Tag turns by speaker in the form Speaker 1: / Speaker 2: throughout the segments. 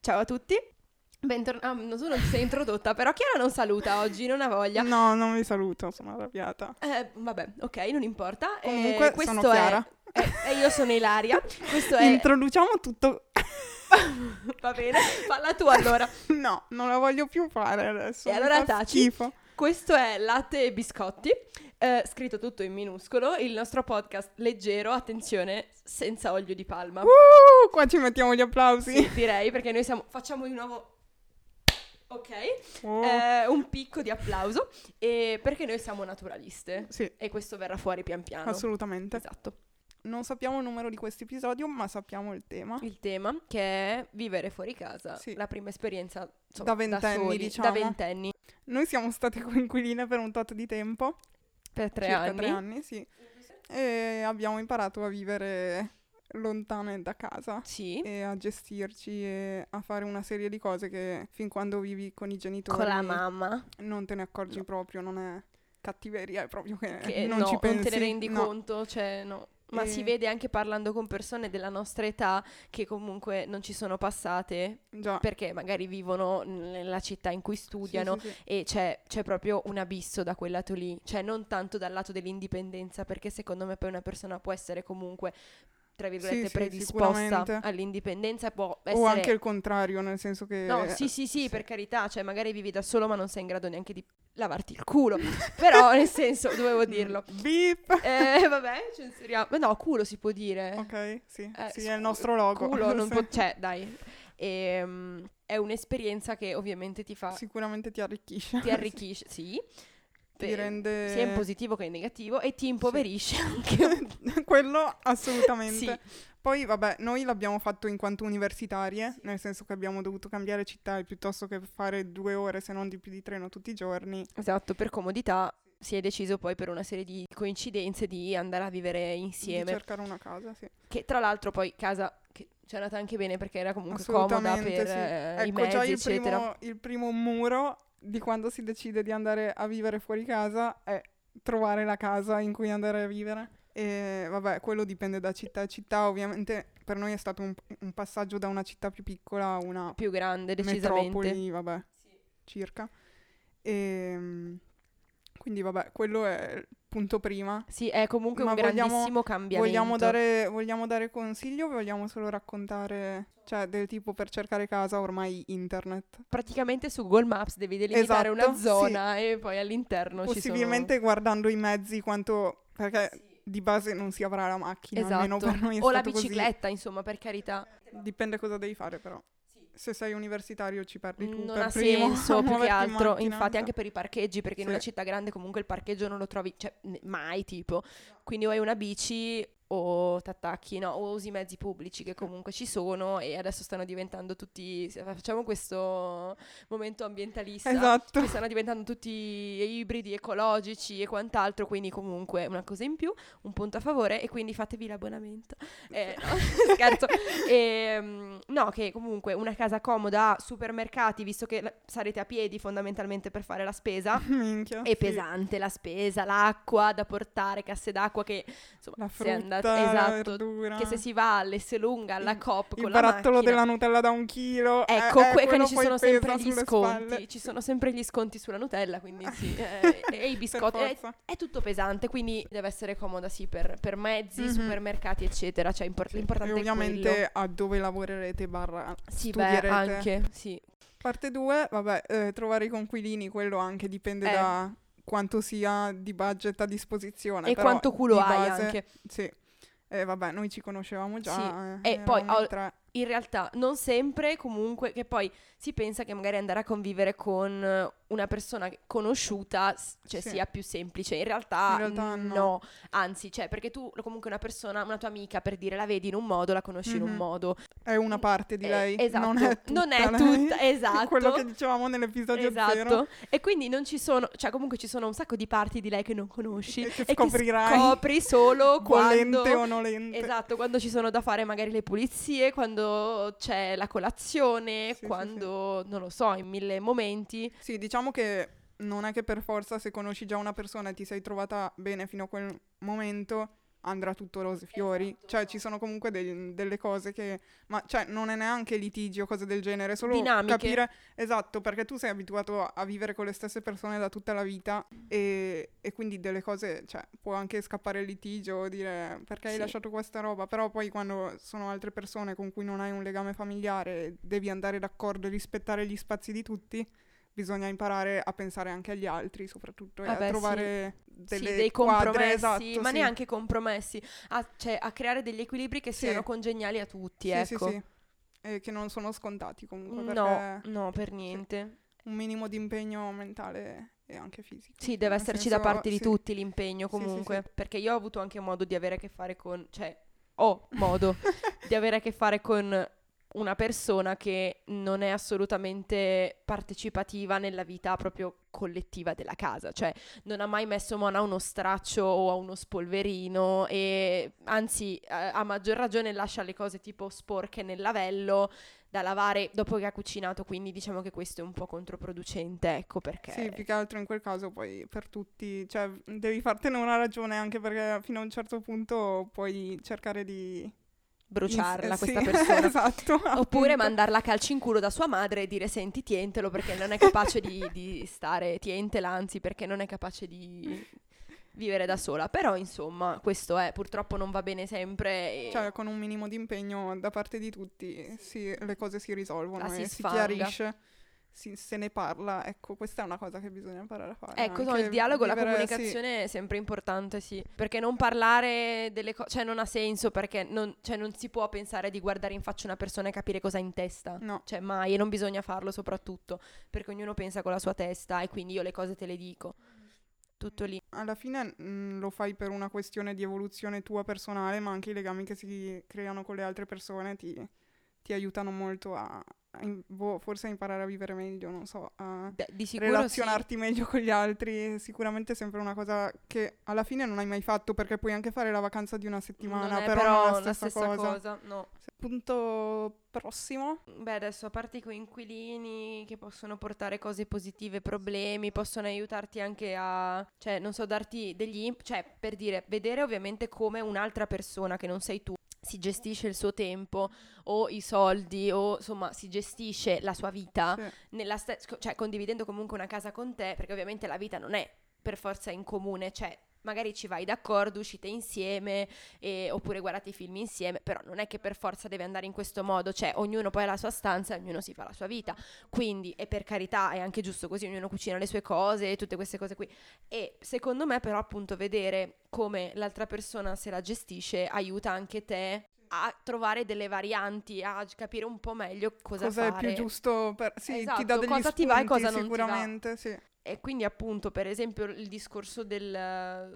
Speaker 1: Ciao a tutti. Bentornata. non so, non ti sei introdotta, però Chiara non saluta oggi, non ha voglia.
Speaker 2: No, non vi saluto, sono arrabbiata.
Speaker 1: Eh, vabbè, ok, non importa. Eh,
Speaker 2: Comunque,
Speaker 1: questo
Speaker 2: sono
Speaker 1: è-
Speaker 2: Chiara.
Speaker 1: è- E io sono Ilaria. Questo è.
Speaker 2: Introduciamo tutto.
Speaker 1: Va bene, falla tu allora.
Speaker 2: No, non la voglio più fare adesso.
Speaker 1: E
Speaker 2: mi
Speaker 1: allora
Speaker 2: fa
Speaker 1: taci.
Speaker 2: Schifo.
Speaker 1: Questo è Latte e Biscotti, eh, scritto tutto in minuscolo, il nostro podcast leggero, attenzione, senza olio di palma.
Speaker 2: Uh, qua ci mettiamo gli applausi.
Speaker 1: Sì, direi, perché noi siamo... facciamo di nuovo... Ok,
Speaker 2: Oh,
Speaker 1: eh, un picco di applauso, e perché noi siamo naturaliste.
Speaker 2: sì,
Speaker 1: E questo verrà fuori pian piano.
Speaker 2: assolutamente.
Speaker 1: Esatto.
Speaker 2: Non sappiamo il numero di questo episodio, ma sappiamo il tema.
Speaker 1: Il tema che è vivere fuori casa,
Speaker 2: Sì.
Speaker 1: la prima esperienza insomma,
Speaker 2: Da ventenni,
Speaker 1: soli,
Speaker 2: diciamo.
Speaker 1: Da ventenni,
Speaker 2: Noi siamo state coinquiline per un tot di tempo.
Speaker 1: per tre
Speaker 2: circa
Speaker 1: anni.
Speaker 2: tre anni, sì. E abbiamo imparato a vivere lontane da casa.
Speaker 1: Sì,
Speaker 2: e a gestirci e a fare una serie di cose che fin quando vivi con i genitori
Speaker 1: con la mamma.
Speaker 2: non te ne accorgi
Speaker 1: No.
Speaker 2: proprio, non è cattiveria, è proprio che,
Speaker 1: che
Speaker 2: Eh, non
Speaker 1: no,
Speaker 2: ci pensi.
Speaker 1: non te ne rendi
Speaker 2: no. Eh.
Speaker 1: conto, cioè no. Ma
Speaker 2: E-
Speaker 1: si vede anche parlando con persone della nostra età che comunque non ci sono passate
Speaker 2: Già.
Speaker 1: perché magari vivono nella città in cui
Speaker 2: Ah. Sì,
Speaker 1: studiano
Speaker 2: sì, sì.
Speaker 1: e c'è, c'è proprio un abisso da quel lato lì, cioè non tanto dal lato dell'indipendenza perché secondo me poi una persona può essere comunque tra virgolette
Speaker 2: sì,
Speaker 1: predisposta
Speaker 2: sicuramente.
Speaker 1: all'indipendenza e può
Speaker 2: O
Speaker 1: essere
Speaker 2: anche il contrario, nel senso che...
Speaker 1: No, sì, sì, sì, per carità, cioè magari vivi da solo ma non sei in grado neanche di lavarti il culo. Però nel senso, dovevo dirlo.
Speaker 2: Mm, Beep!
Speaker 1: Eh, vabbè, censuriamo. Ma no, culo si può dire.
Speaker 2: Ok, sì,
Speaker 1: Eh,
Speaker 2: sì,
Speaker 1: scu-
Speaker 2: è il nostro logo.
Speaker 1: Culo, non
Speaker 2: Sì.
Speaker 1: può... Cioè, dai. Ehm, è un'esperienza che ovviamente ti fa...
Speaker 2: Sicuramente ti arricchisce.
Speaker 1: Ti arricchisce, sì.
Speaker 2: Ti
Speaker 1: Beh,
Speaker 2: rende...
Speaker 1: Sia in positivo che in negativo. E ti impoverisce anche.
Speaker 2: Quello assolutamente.
Speaker 1: Sì.
Speaker 2: Poi, vabbè, noi l'abbiamo fatto in quanto universitarie, nel senso che abbiamo dovuto cambiare città e piuttosto che fare due ore, se non di più di treno tutti i giorni.
Speaker 1: Esatto, per comodità si è deciso poi per una serie di coincidenze di andare a vivere
Speaker 2: Di
Speaker 1: insieme.
Speaker 2: cercare una casa, sì.
Speaker 1: Che tra l'altro poi casa che ci è andata anche bene perché era comunque comoda
Speaker 2: Assolutamente,
Speaker 1: per
Speaker 2: sì.
Speaker 1: eh, i
Speaker 2: ecco
Speaker 1: mezzi,
Speaker 2: già il
Speaker 1: eccetera.
Speaker 2: primo, il primo muro di quando si decide di andare a vivere fuori casa è trovare la casa in cui andare a vivere. E vabbè, quello dipende da città a città. Ovviamente per noi è stato un, un passaggio da una città più piccola a una
Speaker 1: Più grande, decisamente.
Speaker 2: metropoli, vabbè, circa. Ehm, quindi vabbè, quello è il punto prima.
Speaker 1: Sì, è comunque
Speaker 2: Ma
Speaker 1: un
Speaker 2: vogliamo-
Speaker 1: grandissimo cambiamento.
Speaker 2: Vogliamo dare, vogliamo dare consiglio o vogliamo solo raccontare, cioè del tipo per cercare casa ormai internet?
Speaker 1: Praticamente su Google Maps devi delimitare
Speaker 2: Esatto,
Speaker 1: una zona e poi all'interno
Speaker 2: Possibilmente guardando i mezzi quanto, perché di base non si avrà la
Speaker 1: ci
Speaker 2: macchina,
Speaker 1: sono...
Speaker 2: almeno per noi è
Speaker 1: Esatto. O la
Speaker 2: stato così.
Speaker 1: bicicletta, insomma, per carità.
Speaker 2: Dipende cosa devi fare però. Se sei universitario ci perdi tu
Speaker 1: Non
Speaker 2: per
Speaker 1: ha
Speaker 2: primo a
Speaker 1: senso, più
Speaker 2: muoverti
Speaker 1: che
Speaker 2: in
Speaker 1: altro.
Speaker 2: macchina.
Speaker 1: Infatti, anche per i parcheggi, perché in
Speaker 2: Sì.
Speaker 1: una città grande comunque il parcheggio non lo trovi cioè, ne- mai, tipo. Quindi o hai una bici o t'attacchi, no? O usi i mezzi pubblici che comunque ci sono e adesso stanno diventando tutti... Facciamo questo momento ambientalista.
Speaker 2: Esatto.
Speaker 1: che stanno diventando tutti ibridi, ecologici e quant'altro, quindi comunque una cosa in più, un punto a favore e quindi fatevi l'abbonamento. Eh, no, scherzo. Ehm, no, che comunque una casa comoda, supermercati, visto che la- sarete a piedi fondamentalmente per fare la spesa.
Speaker 2: Minchia.
Speaker 1: È
Speaker 2: Ah, sì.
Speaker 1: pesante la spesa, l'acqua da portare, casse d'acqua che insomma,
Speaker 2: La
Speaker 1: se
Speaker 2: frutta,
Speaker 1: andate-
Speaker 2: la
Speaker 1: esatto,
Speaker 2: verdura.
Speaker 1: che se si va all'Esselunga, alla
Speaker 2: Il-
Speaker 1: Coop
Speaker 2: il
Speaker 1: con la
Speaker 2: barattolo
Speaker 1: macchina,
Speaker 2: della Nutella da un chilo. eh,
Speaker 1: Ecco,
Speaker 2: eh,
Speaker 1: que-
Speaker 2: quello
Speaker 1: quindi ci
Speaker 2: poi
Speaker 1: sono
Speaker 2: pesa
Speaker 1: sempre gli
Speaker 2: sulle
Speaker 1: sconti,
Speaker 2: spalle.
Speaker 1: ci sono sempre gli sconti sulla Nutella, quindi sì, eh, e i biscotti,
Speaker 2: Per
Speaker 1: è,
Speaker 2: forza.
Speaker 1: è tutto pesante, quindi deve essere comoda sì per, per mezzi,
Speaker 2: Mhm.
Speaker 1: supermercati eccetera, cioè impor- l'importante
Speaker 2: e
Speaker 1: è quello.
Speaker 2: ovviamente a dove lavorerete barra
Speaker 1: Sì, beh,
Speaker 2: studierete.
Speaker 1: anche, sì.
Speaker 2: Parte 2, vabbè, eh, trovare i conquilini, quello anche dipende
Speaker 1: Eh.
Speaker 2: da quanto sia di budget a disposizione.
Speaker 1: E
Speaker 2: però
Speaker 1: quanto culo
Speaker 2: di
Speaker 1: hai
Speaker 2: base-
Speaker 1: anche.
Speaker 2: Sì, Eh, vabbè, noi ci conoscevamo già.
Speaker 1: Sì,
Speaker 2: eh,
Speaker 1: e poi
Speaker 2: eravamo in
Speaker 1: ho-
Speaker 2: tre.
Speaker 1: In realtà non sempre comunque che poi si pensa che magari andare a convivere con eh, una persona conosciuta s- cioè,
Speaker 2: Sì.
Speaker 1: sia più semplice. In realtà,
Speaker 2: In realtà no.
Speaker 1: Anzi, cioè, perché tu comunque una persona, una tua amica, per dire la vedi in un modo, la conosci in un
Speaker 2: Mhm.
Speaker 1: modo.
Speaker 2: È una parte di
Speaker 1: Eh,
Speaker 2: lei,
Speaker 1: esatto.
Speaker 2: non è tutta.
Speaker 1: Non è
Speaker 2: lei.
Speaker 1: tutta, esatto.
Speaker 2: quello che dicevamo nell'episodio zero.
Speaker 1: Esatto. E quindi non ci sono, cioè comunque ci sono un sacco di parti di lei che non conosci
Speaker 2: E che
Speaker 1: e che
Speaker 2: scoprirai
Speaker 1: scopri solo
Speaker 2: Volente
Speaker 1: quando
Speaker 2: o nolente.
Speaker 1: Esatto, quando ci sono da fare magari le pulizie, quando c'è la colazione,
Speaker 2: Sì, sì,
Speaker 1: quando non lo so, in mille momenti.
Speaker 2: Sì, diciamo che non è che per forza se conosci già una persona e ti sei trovata bene fino a quel momento, andrà tutto rose e fiori.
Speaker 1: Esatto,
Speaker 2: cioè,
Speaker 1: no.
Speaker 2: ci sono comunque dei- delle cose che. Ma cioè, non è neanche litigio o cose del genere, è solo
Speaker 1: Dinamiche.
Speaker 2: capire. Esatto, perché tu sei abituato a vivere con le stesse persone da tutta la vita e, e quindi delle cose. Cioè, può anche scappare il litigio o dire perché hai
Speaker 1: Sì.
Speaker 2: lasciato questa roba. Però poi quando sono altre persone con cui non hai un legame familiare, devi andare d'accordo e rispettare gli spazi di tutti. Bisogna imparare a pensare anche agli altri, soprattutto, e
Speaker 1: Ah beh, sì.
Speaker 2: a trovare
Speaker 1: Sì,
Speaker 2: delle
Speaker 1: dei
Speaker 2: quadre,
Speaker 1: compromessi,
Speaker 2: esatto,
Speaker 1: ma
Speaker 2: sì.
Speaker 1: neanche compromessi, a, cioè, a creare degli equilibri che
Speaker 2: Sì.
Speaker 1: siano congeniali a tutti,
Speaker 2: Sì,
Speaker 1: ecco.
Speaker 2: sì, sì. E che non sono scontati comunque,
Speaker 1: No,
Speaker 2: perché
Speaker 1: no, per niente.
Speaker 2: un minimo di impegno mentale e anche fisico. cioè,
Speaker 1: Sì, deve
Speaker 2: Nel
Speaker 1: esserci da
Speaker 2: senso,
Speaker 1: parte di
Speaker 2: sì.
Speaker 1: tutti l'impegno
Speaker 2: Sì, sì, sì.
Speaker 1: comunque, perché io ho avuto anche modo di avere a che fare con, cioè, ho modo di avere a che fare con una persona che non è assolutamente partecipativa nella vita proprio collettiva della casa, cioè non ha mai messo mano a uno straccio o a uno spolverino e anzi a a maggior ragione lascia le cose tipo sporche nel lavello da lavare dopo che ha cucinato, quindi diciamo che questo è un po' controproducente, ecco perché
Speaker 2: Sì, più che altro in quel caso poi per tutti, cioè devi fartene una ragione anche perché fino a un certo punto puoi cercare di...
Speaker 1: bruciarla
Speaker 2: ins- eh,
Speaker 1: questa
Speaker 2: sì,
Speaker 1: persona.
Speaker 2: esatto.
Speaker 1: Oppure
Speaker 2: appunto.
Speaker 1: mandarla a calci in culo da sua madre e dire senti tientelo perché non è capace di, di stare, tientela anzi perché non è capace di vivere da sola. Però insomma questo è, purtroppo non va bene sempre e
Speaker 2: Cioè con un minimo di impegno da parte di tutti si- le cose si risolvono
Speaker 1: La si
Speaker 2: e si,
Speaker 1: sfanga.
Speaker 2: chiarisce. si- se ne parla, ecco, questa è una cosa che bisogna imparare a fare.
Speaker 1: Ecco, no,
Speaker 2: anche
Speaker 1: il dialogo, la
Speaker 2: vivere- sì.
Speaker 1: comunicazione è sempre importante, sì. Perché non parlare delle cose, cioè non ha senso, perché non, cioè, non si può pensare di guardare in faccia una persona e capire cosa ha in testa.
Speaker 2: No.
Speaker 1: Cioè mai, e non bisogna farlo soprattutto, perché ognuno pensa con la sua testa e quindi io le cose te le dico. Tutto lì.
Speaker 2: alla fine mh, lo fai per una questione di evoluzione tua personale, ma anche i legami che si creano con le altre persone ti, ti aiutano molto a, a im- boh, forse a imparare a vivere meglio, non so, a
Speaker 1: D- di sicuro
Speaker 2: relazionarti meglio con gli altri. Sicuramente è sempre una cosa che alla fine non hai mai fatto perché puoi anche fare la vacanza di una
Speaker 1: sì, non
Speaker 2: settimana,
Speaker 1: è
Speaker 2: però, non è la stessa, cosa.
Speaker 1: no.
Speaker 2: Punto prossimo.
Speaker 1: Beh, adesso a parte i coinquilini che possono portare cose positive, problemi, possono aiutarti anche a, cioè, non so, darti degli imp- cioè, per dire, vedere ovviamente come un'altra persona che non sei tu si gestisce il suo tempo o i soldi o insomma si gestisce la sua vita
Speaker 2: Sì.
Speaker 1: nella ste- sc- cioè condividendo comunque una casa con te, perché ovviamente la vita non è per forza in comune, cioè magari ci vai d'accordo, uscite insieme e- oppure guardate i film insieme, però non è che per forza deve andare in questo modo, cioè ognuno poi ha la sua stanza e ognuno si fa la sua vita, quindi e per carità è anche giusto così, ognuno cucina le sue cose e tutte queste cose qui e secondo me però appunto vedere come l'altra persona se la gestisce aiuta anche te a trovare delle varianti, a capire un po' meglio cosa,
Speaker 2: Cosa è
Speaker 1: fare.
Speaker 2: più giusto per... Sì, ti dà
Speaker 1: Esatto,
Speaker 2: degli
Speaker 1: cosa ti va e
Speaker 2: spunti
Speaker 1: cosa non ti va.
Speaker 2: sicuramente, sì.
Speaker 1: E quindi appunto, per esempio, il discorso del,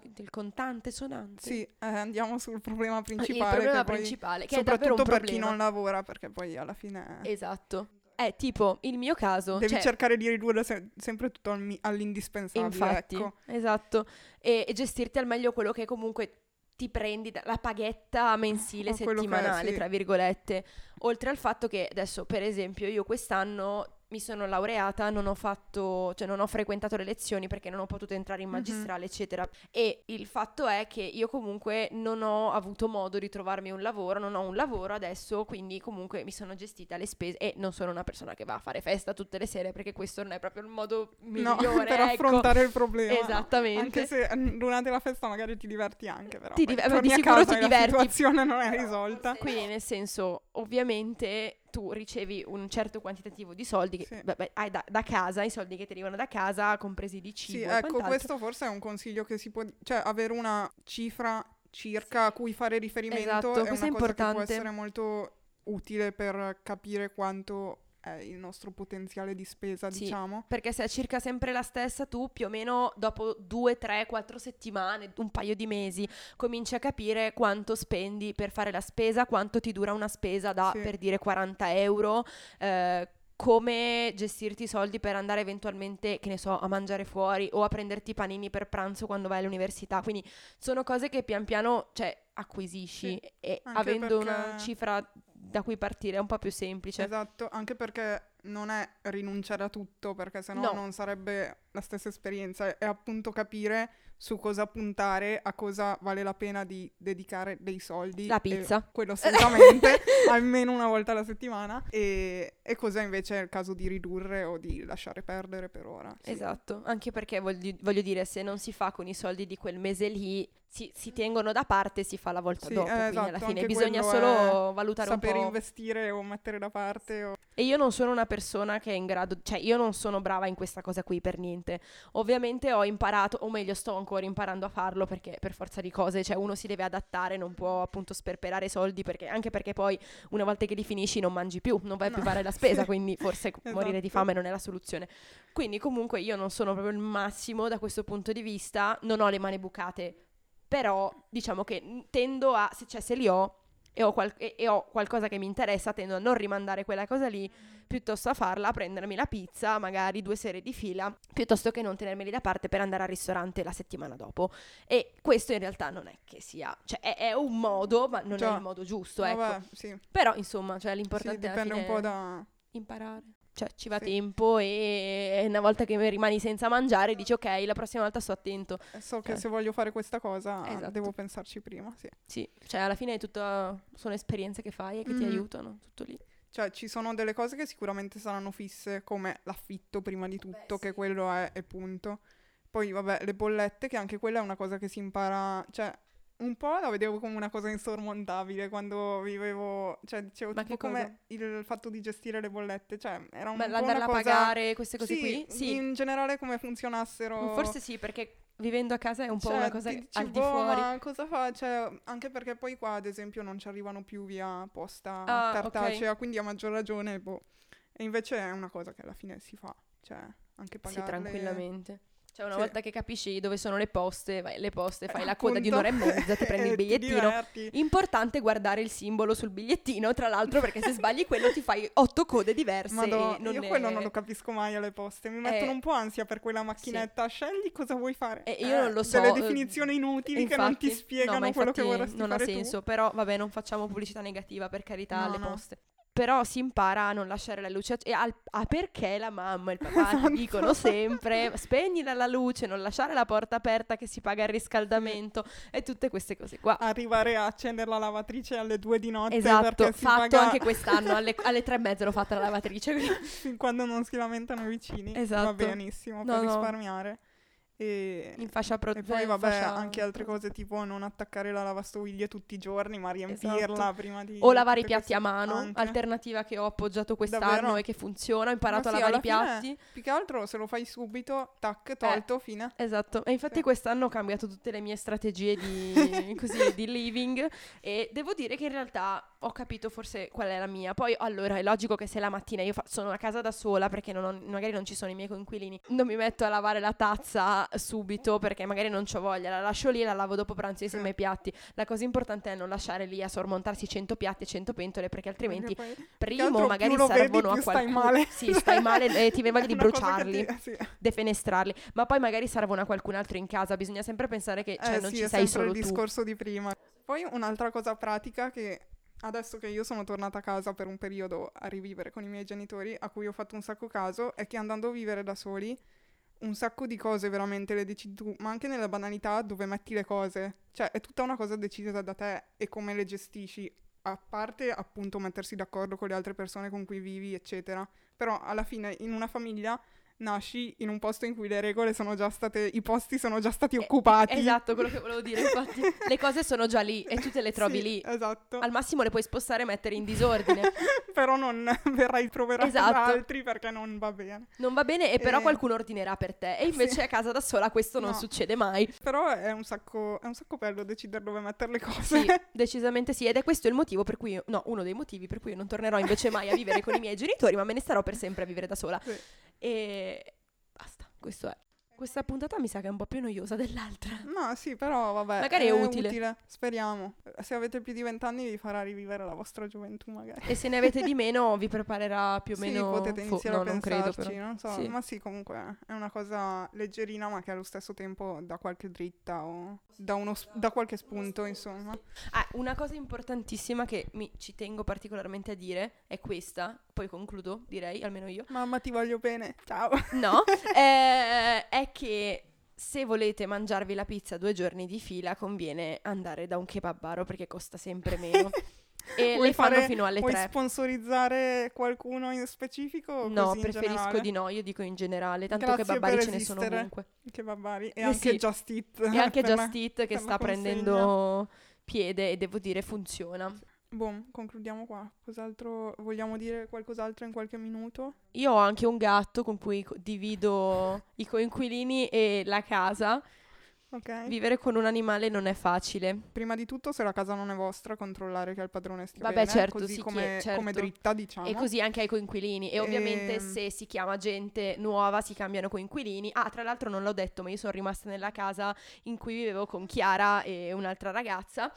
Speaker 1: del contante sonante. Ah,
Speaker 2: Sì, eh, andiamo sul problema
Speaker 1: il
Speaker 2: principale.
Speaker 1: problema
Speaker 2: che poi-
Speaker 1: principale, che è davvero un
Speaker 2: soprattutto per chi
Speaker 1: problema.
Speaker 2: non lavora, perché poi alla fine
Speaker 1: Esatto. È tipo il mio caso.
Speaker 2: devi
Speaker 1: cioè,
Speaker 2: cercare di ridurre se- sempre tutto al mi- all'indispensabile.
Speaker 1: Infatti,
Speaker 2: ecco.
Speaker 1: esatto. E, e gestirti al meglio quello che comunque ti prendi dalla paghetta mensile
Speaker 2: O Ah, quello che è,
Speaker 1: settimanale,
Speaker 2: sì.
Speaker 1: tra virgolette. Oltre al fatto che adesso, per esempio, io quest'anno mi sono laureata, non ho fatto, cioè non ho frequentato le lezioni perché non ho potuto entrare in
Speaker 2: Mhm.
Speaker 1: magistrale, eccetera. E il fatto è che io comunque non ho avuto modo di trovarmi un lavoro, non ho un lavoro adesso, quindi comunque mi sono gestita le spese e non sono una persona che va a fare festa tutte le sere perché questo non è proprio il modo
Speaker 2: No,
Speaker 1: migliore
Speaker 2: per
Speaker 1: ecco. Esatto.
Speaker 2: affrontare il problema. no.
Speaker 1: Esattamente.
Speaker 2: Anche se eh, durante la festa magari ti diverti anche, però
Speaker 1: Ti
Speaker 2: poi
Speaker 1: diver- beh, di
Speaker 2: torni a
Speaker 1: sicuro
Speaker 2: casa
Speaker 1: ti
Speaker 2: e
Speaker 1: diverti.
Speaker 2: la situazione non è risolta.
Speaker 1: Quindi nel senso, ovviamente tu ricevi un certo quantitativo di soldi che
Speaker 2: Sì.
Speaker 1: vabbè, hai da, da casa, i soldi che ti arrivano da casa, compresi di cibo.
Speaker 2: Sì,
Speaker 1: e
Speaker 2: ecco,
Speaker 1: quant'altro.
Speaker 2: questo forse è un consiglio che si può... Cioè, avere una cifra circa a cui fare riferimento
Speaker 1: Esatto,
Speaker 2: è una
Speaker 1: questo
Speaker 2: cosa
Speaker 1: è
Speaker 2: che può
Speaker 1: importante.
Speaker 2: essere molto utile per capire quanto è il nostro potenziale di spesa,
Speaker 1: Sì.
Speaker 2: diciamo.
Speaker 1: Perché se è circa sempre la stessa, tu più o meno dopo due, tre, quattro settimane, un paio di mesi, cominci a capire quanto spendi per fare la spesa, quanto ti dura una spesa da,
Speaker 2: Sì.
Speaker 1: per dire, 40 euro, eh, come gestirti i soldi per andare eventualmente, che ne so, a mangiare fuori o a prenderti i panini per pranzo quando vai all'università. Quindi sono cose che pian piano, cioè, acquisisci
Speaker 2: Sì,
Speaker 1: e
Speaker 2: anche
Speaker 1: avendo una
Speaker 2: perché-
Speaker 1: cifra da cui partire è un po' più semplice.
Speaker 2: Esatto, anche perché non è rinunciare a tutto, perché sennò
Speaker 1: No.
Speaker 2: non sarebbe la stessa esperienza, è appunto capire su cosa puntare, a cosa vale la pena di dedicare dei soldi.
Speaker 1: La
Speaker 2: e
Speaker 1: pizza.
Speaker 2: quello assolutamente, almeno una volta alla settimana. E, e cosa invece è il caso di ridurre o di lasciare perdere per ora. sì.
Speaker 1: Esatto, anche perché voglio, voglio dire, se non si fa con i soldi di quel mese lì, si, si tengono da parte e si fa la volta
Speaker 2: Sì,
Speaker 1: dopo.
Speaker 2: eh,
Speaker 1: quindi alla
Speaker 2: esatto,
Speaker 1: fine
Speaker 2: anche
Speaker 1: bisogna
Speaker 2: quello è
Speaker 1: solo valutare un po'.
Speaker 2: Saper investire o mettere da parte. o-
Speaker 1: E io non sono una persona che è in grado, cioè io non sono brava in questa cosa qui per niente. Ovviamente ho imparato, o meglio sto ancora imparando a farlo perché per forza di cose, cioè uno si deve adattare, non può appunto sperperare soldi perché, anche perché poi una volta che li finisci non mangi più, non vai più a
Speaker 2: No,
Speaker 1: fare la spesa,
Speaker 2: sì.
Speaker 1: quindi forse morire di
Speaker 2: Esatto.
Speaker 1: fame non è la soluzione. Quindi comunque io non sono proprio il massimo da questo punto di vista, non ho le mani bucate, però diciamo che tendo a, se, cioè se li ho e ho, qual- e- e ho qualcosa che mi interessa, tendo a non rimandare quella cosa lì, piuttosto a farla, a prendermi la pizza, magari due sere di fila, piuttosto che non tenermeli da parte per andare al ristorante la settimana dopo. E questo in realtà non è che sia, cioè è, è un modo, ma non è
Speaker 2: Già.
Speaker 1: il modo giusto,
Speaker 2: Vabbè,
Speaker 1: ecco.
Speaker 2: sì,
Speaker 1: Però insomma, cioè
Speaker 2: sì,
Speaker 1: l'importante alla
Speaker 2: dipende un
Speaker 1: fine
Speaker 2: po'
Speaker 1: è
Speaker 2: da...
Speaker 1: imparare. Cioè ci va
Speaker 2: Sì.
Speaker 1: tempo e una volta che rimani senza mangiare dici ok, la prossima volta sto attento.
Speaker 2: So che
Speaker 1: Cioè.
Speaker 2: se voglio fare questa cosa
Speaker 1: Esatto.
Speaker 2: devo pensarci prima, sì.
Speaker 1: Sì, cioè alla fine è tutto, sono esperienze che fai e che ti
Speaker 2: Mhm.
Speaker 1: aiutano, tutto lì.
Speaker 2: Cioè, ci sono delle cose che sicuramente saranno fisse, come l'affitto prima di tutto, che quello è, e punto. Poi, vabbè, le bollette, che anche quella è una cosa che si impara, cioè, un po' la vedevo come una cosa insormontabile quando vivevo, cioè, dicevo,
Speaker 1: Ma
Speaker 2: tipo
Speaker 1: che cosa?
Speaker 2: come il, fatto di gestire le bollette, cioè, era un
Speaker 1: Ma
Speaker 2: po' una
Speaker 1: l'andarla a
Speaker 2: cosa...
Speaker 1: pagare, queste cose
Speaker 2: sì,
Speaker 1: qui? Sì,
Speaker 2: in generale come funzionassero...
Speaker 1: forse sì, perché vivendo a casa è un po'
Speaker 2: Cioè,
Speaker 1: una cosa
Speaker 2: ti
Speaker 1: che-
Speaker 2: dici,
Speaker 1: al di
Speaker 2: "Boh,
Speaker 1: fuori.
Speaker 2: ma cosa fa? Cioè, anche perché poi qua, ad esempio, non ci arrivano più via posta
Speaker 1: Ah,
Speaker 2: cartacea, quindi a maggior ragione, boh. E invece è una cosa che alla fine si fa, cioè,
Speaker 1: Sì,
Speaker 2: anche pagarle...
Speaker 1: tranquillamente. Cioè, una
Speaker 2: Sì.
Speaker 1: volta che capisci dove sono le poste, vai alle poste, fai
Speaker 2: Eh,
Speaker 1: la coda di un'ora e
Speaker 2: appunto.
Speaker 1: mezza, ti prendi il
Speaker 2: E
Speaker 1: bigliettino.
Speaker 2: diverti.
Speaker 1: Importante guardare il simbolo sul bigliettino, tra l'altro, perché se sbagli quello ti fai otto code diverse.
Speaker 2: Madò,
Speaker 1: e non
Speaker 2: io
Speaker 1: è-
Speaker 2: quello non lo capisco mai alle poste, mi mettono un po' ansia per quella macchinetta, scegli cosa vuoi fare.
Speaker 1: Eh, io non lo so,
Speaker 2: Delle
Speaker 1: eh,
Speaker 2: definizioni inutili che non ti
Speaker 1: Infatti-
Speaker 2: spiegano
Speaker 1: no, ma
Speaker 2: quello che
Speaker 1: infatti
Speaker 2: vorresti
Speaker 1: non
Speaker 2: fare
Speaker 1: ha senso, però vabbè, non facciamo pubblicità negativa per carità
Speaker 2: No,
Speaker 1: alle
Speaker 2: no.
Speaker 1: poste. Però si impara a non lasciare la luce ac- e al- a perché la mamma e il papà ti
Speaker 2: Esatto.
Speaker 1: dicono sempre spegni la luce, non lasciare la porta aperta che si paga il riscaldamento e tutte queste cose qua.
Speaker 2: tu. Arrivare a accendere la lavatrice alle due di notte
Speaker 1: Esatto,
Speaker 2: perché si
Speaker 1: fatto
Speaker 2: paga
Speaker 1: anche quest'anno alle, alle tre e mezza l'ho fatta la lavatrice. quindi-
Speaker 2: Fin quando non si lamentano i vicini
Speaker 1: Esatto.
Speaker 2: va benissimo
Speaker 1: No,
Speaker 2: per
Speaker 1: no.
Speaker 2: risparmiare e,
Speaker 1: In fascia pro-
Speaker 2: e poi
Speaker 1: in
Speaker 2: vabbè
Speaker 1: fascia-
Speaker 2: anche altre cose tipo non attaccare la lavastoviglie tutti i giorni ma riempirla
Speaker 1: Esatto.
Speaker 2: prima di
Speaker 1: O lavare i
Speaker 2: tutte
Speaker 1: piatti a
Speaker 2: queste-
Speaker 1: mano,
Speaker 2: anche.
Speaker 1: alternativa che ho appoggiato quest'anno
Speaker 2: Davvero?
Speaker 1: e che funziona, ho imparato
Speaker 2: Ma
Speaker 1: a
Speaker 2: sì,
Speaker 1: lavare i
Speaker 2: alla fine-
Speaker 1: piatti. Eh,
Speaker 2: più che altro se lo fai subito tac tolto fine
Speaker 1: Esatto, e infatti
Speaker 2: Sì.
Speaker 1: quest'anno ho cambiato tutte le mie strategie di, così, di living e devo dire che in realtà ho capito forse qual è la mia. Poi allora è logico che se la mattina io fa- sono a casa da sola perché non ho- magari non ci sono i miei coinquilini, non mi metto a lavare la tazza subito perché magari non ho voglia, la lascio lì e la lavo dopo pranzo insieme
Speaker 2: Sì.
Speaker 1: ai piatti. La cosa importante è non lasciare lì a sormontarsi 100 piatti e 100 pentole perché altrimenti
Speaker 2: Perché poi- che altro
Speaker 1: primo
Speaker 2: più
Speaker 1: magari
Speaker 2: lo vedi,
Speaker 1: servono a
Speaker 2: più stai
Speaker 1: qualcuno.
Speaker 2: male.
Speaker 1: Sì, stai male e ti viene voglia di
Speaker 2: Una cosa che
Speaker 1: bruciarli
Speaker 2: ti- sì.
Speaker 1: defenestrarli, ma poi magari servono a qualcun altro in casa, bisogna sempre pensare che cioè,
Speaker 2: Eh
Speaker 1: non
Speaker 2: sì,
Speaker 1: ci
Speaker 2: è
Speaker 1: sei
Speaker 2: sempre
Speaker 1: solo
Speaker 2: il
Speaker 1: tu.
Speaker 2: discorso di prima. Poi un'altra cosa pratica che adesso che io sono tornata a casa per un periodo a rivivere con i miei genitori, a cui ho fatto un sacco caso, è che andando a vivere da soli un sacco di cose veramente le decidi tu, ma anche nella banalità dove metti le cose. Cioè, è tutta una cosa decisa da te e come le gestisci, a parte appunto mettersi d'accordo con le altre persone con cui vivi, eccetera. Però alla fine in una famiglia nasci in un posto in cui le regole sono già state, i posti sono già stati
Speaker 1: Eh,
Speaker 2: occupati.
Speaker 1: Esatto, quello che volevo dire, infatti, le cose sono già lì e tu te le trovi
Speaker 2: Sì,
Speaker 1: lì.
Speaker 2: Esatto.
Speaker 1: Al massimo le puoi spostare e mettere in disordine.
Speaker 2: Però non verrai proverato da
Speaker 1: Esatto.
Speaker 2: altri perché non va bene.
Speaker 1: Non va bene, e però
Speaker 2: Eh.
Speaker 1: qualcuno ordinerà per te. E invece a casa da sola questo non
Speaker 2: No.
Speaker 1: succede mai.
Speaker 2: Però è un sacco, è un sacco bello decidere dove mettere le cose.
Speaker 1: Sì, decisamente sì. Ed è questo il motivo per cui, io- no, uno dei motivi per cui io non tornerò invece mai a vivere con i miei genitori, ma me ne starò per sempre a vivere da sola.
Speaker 2: Sì.
Speaker 1: E basta, questo è. Questa puntata mi sa che è un po' più noiosa dell'altra.
Speaker 2: No, sì, però vabbè. eh,
Speaker 1: Magari è utile.
Speaker 2: Speriamo. Se avete più di vent'anni vi farà rivivere la vostra gioventù magari.
Speaker 1: E se ne avete di meno vi preparerà più o
Speaker 2: Sì,
Speaker 1: meno...
Speaker 2: potete
Speaker 1: fo-
Speaker 2: iniziare
Speaker 1: no,
Speaker 2: a pensarci,
Speaker 1: non credo però.
Speaker 2: non so,
Speaker 1: Sì.
Speaker 2: ma sì, comunque è una cosa leggerina, ma che allo stesso tempo dà qualche dritta o da, uno sp- da qualche spunto, insomma.
Speaker 1: Ah, una cosa importantissima che mi, ci tengo particolarmente a dire è questa, poi concludo direi, almeno io.
Speaker 2: Mamma, ti voglio bene. Ciao.
Speaker 1: No, eh, è che se volete mangiarvi la pizza due giorni di fila, conviene andare da un kebabaro perché costa sempre meno. e
Speaker 2: Vuoi
Speaker 1: le fanno
Speaker 2: fare-
Speaker 1: fino alle
Speaker 2: Vuoi
Speaker 1: 3.
Speaker 2: sponsorizzare qualcuno in specifico? o
Speaker 1: No,
Speaker 2: così in
Speaker 1: preferisco
Speaker 2: generale?
Speaker 1: di no, io dico in generale, tanto
Speaker 2: Grazie
Speaker 1: che babbari
Speaker 2: per
Speaker 1: ce ne sono
Speaker 2: esistere.
Speaker 1: ovunque.
Speaker 2: Che babbari. E
Speaker 1: Eh
Speaker 2: anche
Speaker 1: sì.
Speaker 2: Just Eat.
Speaker 1: E anche
Speaker 2: per la-
Speaker 1: Just Eat che
Speaker 2: per la
Speaker 1: sta prendendo piede e devo dire funziona.
Speaker 2: Boh, concludiamo qua. Cos'altro vogliamo dire qualcos'altro in qualche minuto?
Speaker 1: Io ho anche un gatto con cui co- divido i coinquilini e la casa.
Speaker 2: Ok.
Speaker 1: Vivere con un animale non è facile.
Speaker 2: Prima di tutto, se la casa non è vostra, controllare che il padrone stia
Speaker 1: Vabbè,
Speaker 2: bene,
Speaker 1: certo,
Speaker 2: così
Speaker 1: sì, chi-
Speaker 2: come,
Speaker 1: certo.
Speaker 2: come dritta, diciamo.
Speaker 1: E così anche ai coinquilini. E ovviamente
Speaker 2: Ehm.
Speaker 1: se si chiama gente nuova si cambiano coinquilini. Ah, tra l'altro non l'ho detto, ma io sono rimasta nella casa in cui vivevo con Chiara e un'altra ragazza.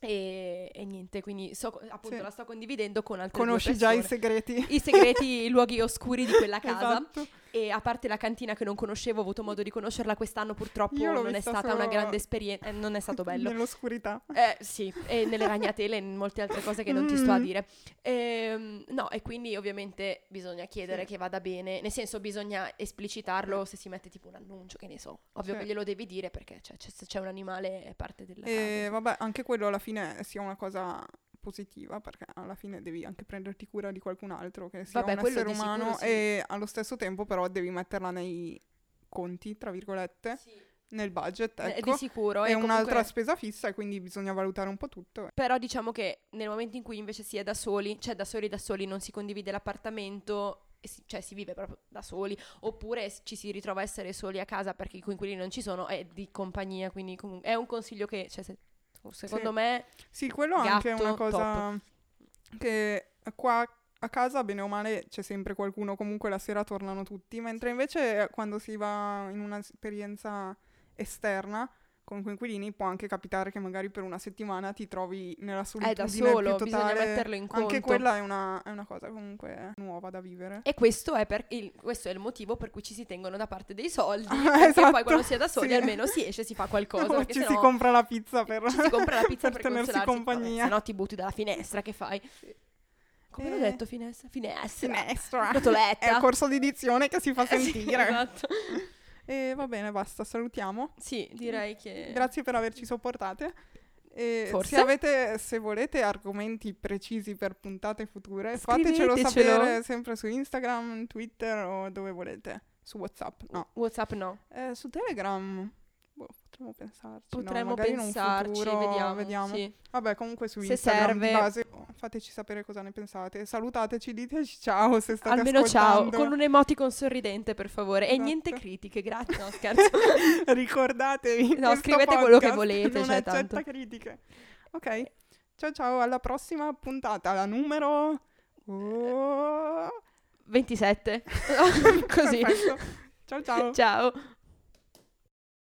Speaker 1: E, e niente, quindi so, appunto
Speaker 2: Sì.
Speaker 1: la sto condividendo con altre due
Speaker 2: Conosci già i
Speaker 1: persone.
Speaker 2: segreti.
Speaker 1: i segreti, i luoghi oscuri di quella casa.
Speaker 2: Esatto.
Speaker 1: E a parte la cantina che non conoscevo, ho avuto modo di conoscerla quest'anno, purtroppo
Speaker 2: Io l'ho
Speaker 1: non è
Speaker 2: vista
Speaker 1: stata
Speaker 2: solo-
Speaker 1: una grande esperienza, eh, non è stato bello.
Speaker 2: Nell'oscurità.
Speaker 1: Eh, sì, e nelle ragnatele e in molte altre cose che non ti sto a
Speaker 2: Mm.
Speaker 1: dire. Ehm, no, e quindi ovviamente bisogna chiedere
Speaker 2: Sì.
Speaker 1: che vada bene, nel senso bisogna esplicitarlo se si mette tipo un annuncio, che ne so. Ovvio
Speaker 2: Sì. Eh,
Speaker 1: che glielo devi dire perché cioè, c'è, se c'è un animale è parte della
Speaker 2: E
Speaker 1: casa.
Speaker 2: vabbè, anche quello alla fine sia una cosa positiva, perché alla fine devi anche prenderti cura di qualcun altro che sia
Speaker 1: Vabbè,
Speaker 2: un
Speaker 1: quello
Speaker 2: essere
Speaker 1: di sicuro
Speaker 2: umano
Speaker 1: sì.
Speaker 2: e allo stesso tempo però devi metterla nei conti, tra virgolette, nel budget,
Speaker 1: Eh,
Speaker 2: ecco.
Speaker 1: Di sicuro.
Speaker 2: è
Speaker 1: e
Speaker 2: un'altra
Speaker 1: comunque-
Speaker 2: spesa fissa, quindi bisogna valutare un po' tutto.
Speaker 1: Però diciamo che nel momento in cui invece si è da soli, cioè da soli da soli non si condivide l'appartamento, e si- cioè si vive proprio da soli, oppure s- ci si ritrova a essere soli a casa perché i coinquilini non ci sono, è di compagnia, quindi comunque è un consiglio che cioè, se- secondo
Speaker 2: Sì.
Speaker 1: me
Speaker 2: Sì, quello anche è
Speaker 1: Gatto,
Speaker 2: una cosa che qua a casa, bene o male, c'è sempre qualcuno, comunque la sera tornano tutti, mentre invece eh, quando si va in un'esperienza esterna con coinquilini può anche capitare che magari per una settimana ti trovi nella
Speaker 1: è
Speaker 2: solitudine
Speaker 1: Eh, da
Speaker 2: più
Speaker 1: solo, bisogna
Speaker 2: totale.
Speaker 1: metterlo in conto.
Speaker 2: Anche quella è una, è una cosa comunque nuova da vivere.
Speaker 1: E questo è, per il, questo è il motivo per cui ci si tengono da parte dei soldi,
Speaker 2: Ah,
Speaker 1: perché
Speaker 2: esatto,
Speaker 1: poi quando si è da soli
Speaker 2: sì.
Speaker 1: almeno si esce, si fa qualcosa,
Speaker 2: O
Speaker 1: perché
Speaker 2: ci si
Speaker 1: sennò
Speaker 2: compra la pizza per,
Speaker 1: ci si compra la pizza
Speaker 2: per
Speaker 1: per,
Speaker 2: tenersi
Speaker 1: consolarsi,
Speaker 2: compagnia.
Speaker 1: se no ti butti dalla finestra, che fai? Come l'ho
Speaker 2: Eh.
Speaker 1: detto, finestra? Finestra.
Speaker 2: Finestra.
Speaker 1: Rotoletta.
Speaker 2: È il corso di dizione che si fa
Speaker 1: Eh sì,
Speaker 2: sentire.
Speaker 1: esatto.
Speaker 2: E va bene, basta, salutiamo.
Speaker 1: Sì, direi che...
Speaker 2: Grazie per averci sopportate. E
Speaker 1: Eh. Forse.
Speaker 2: se avete, se volete, argomenti precisi per puntate future, fatecelo
Speaker 1: Scrivetecelo.
Speaker 2: sapere sempre su Instagram, Twitter o dove volete. Su WhatsApp, no.
Speaker 1: WhatsApp no.
Speaker 2: Eh, su Telegram, boh, potremmo pensarci. no?
Speaker 1: Potremmo
Speaker 2: Magari in un
Speaker 1: pensarci,
Speaker 2: futuro,
Speaker 1: vediamo.
Speaker 2: vediamo.
Speaker 1: sì.
Speaker 2: Vabbè, comunque su
Speaker 1: Se
Speaker 2: Instagram di
Speaker 1: serve.
Speaker 2: base, fateci sapere cosa ne pensate. Salutateci, diteci ciao se state
Speaker 1: Almeno ciao,
Speaker 2: ascoltando.
Speaker 1: con un emoticon sorridente per favore. E
Speaker 2: Esatto.
Speaker 1: niente critiche, grazie. No, scherzo.
Speaker 2: Ricordatevi.
Speaker 1: No,
Speaker 2: questo
Speaker 1: scrivete quello che
Speaker 2: podcast
Speaker 1: volete,
Speaker 2: Non
Speaker 1: cioè,
Speaker 2: accetta
Speaker 1: tanto.
Speaker 2: critiche. Ok. Ciao ciao, alla prossima puntata, la numero... Oh,
Speaker 1: 27. Così.
Speaker 2: perfetto. Ciao ciao.
Speaker 1: Ciao.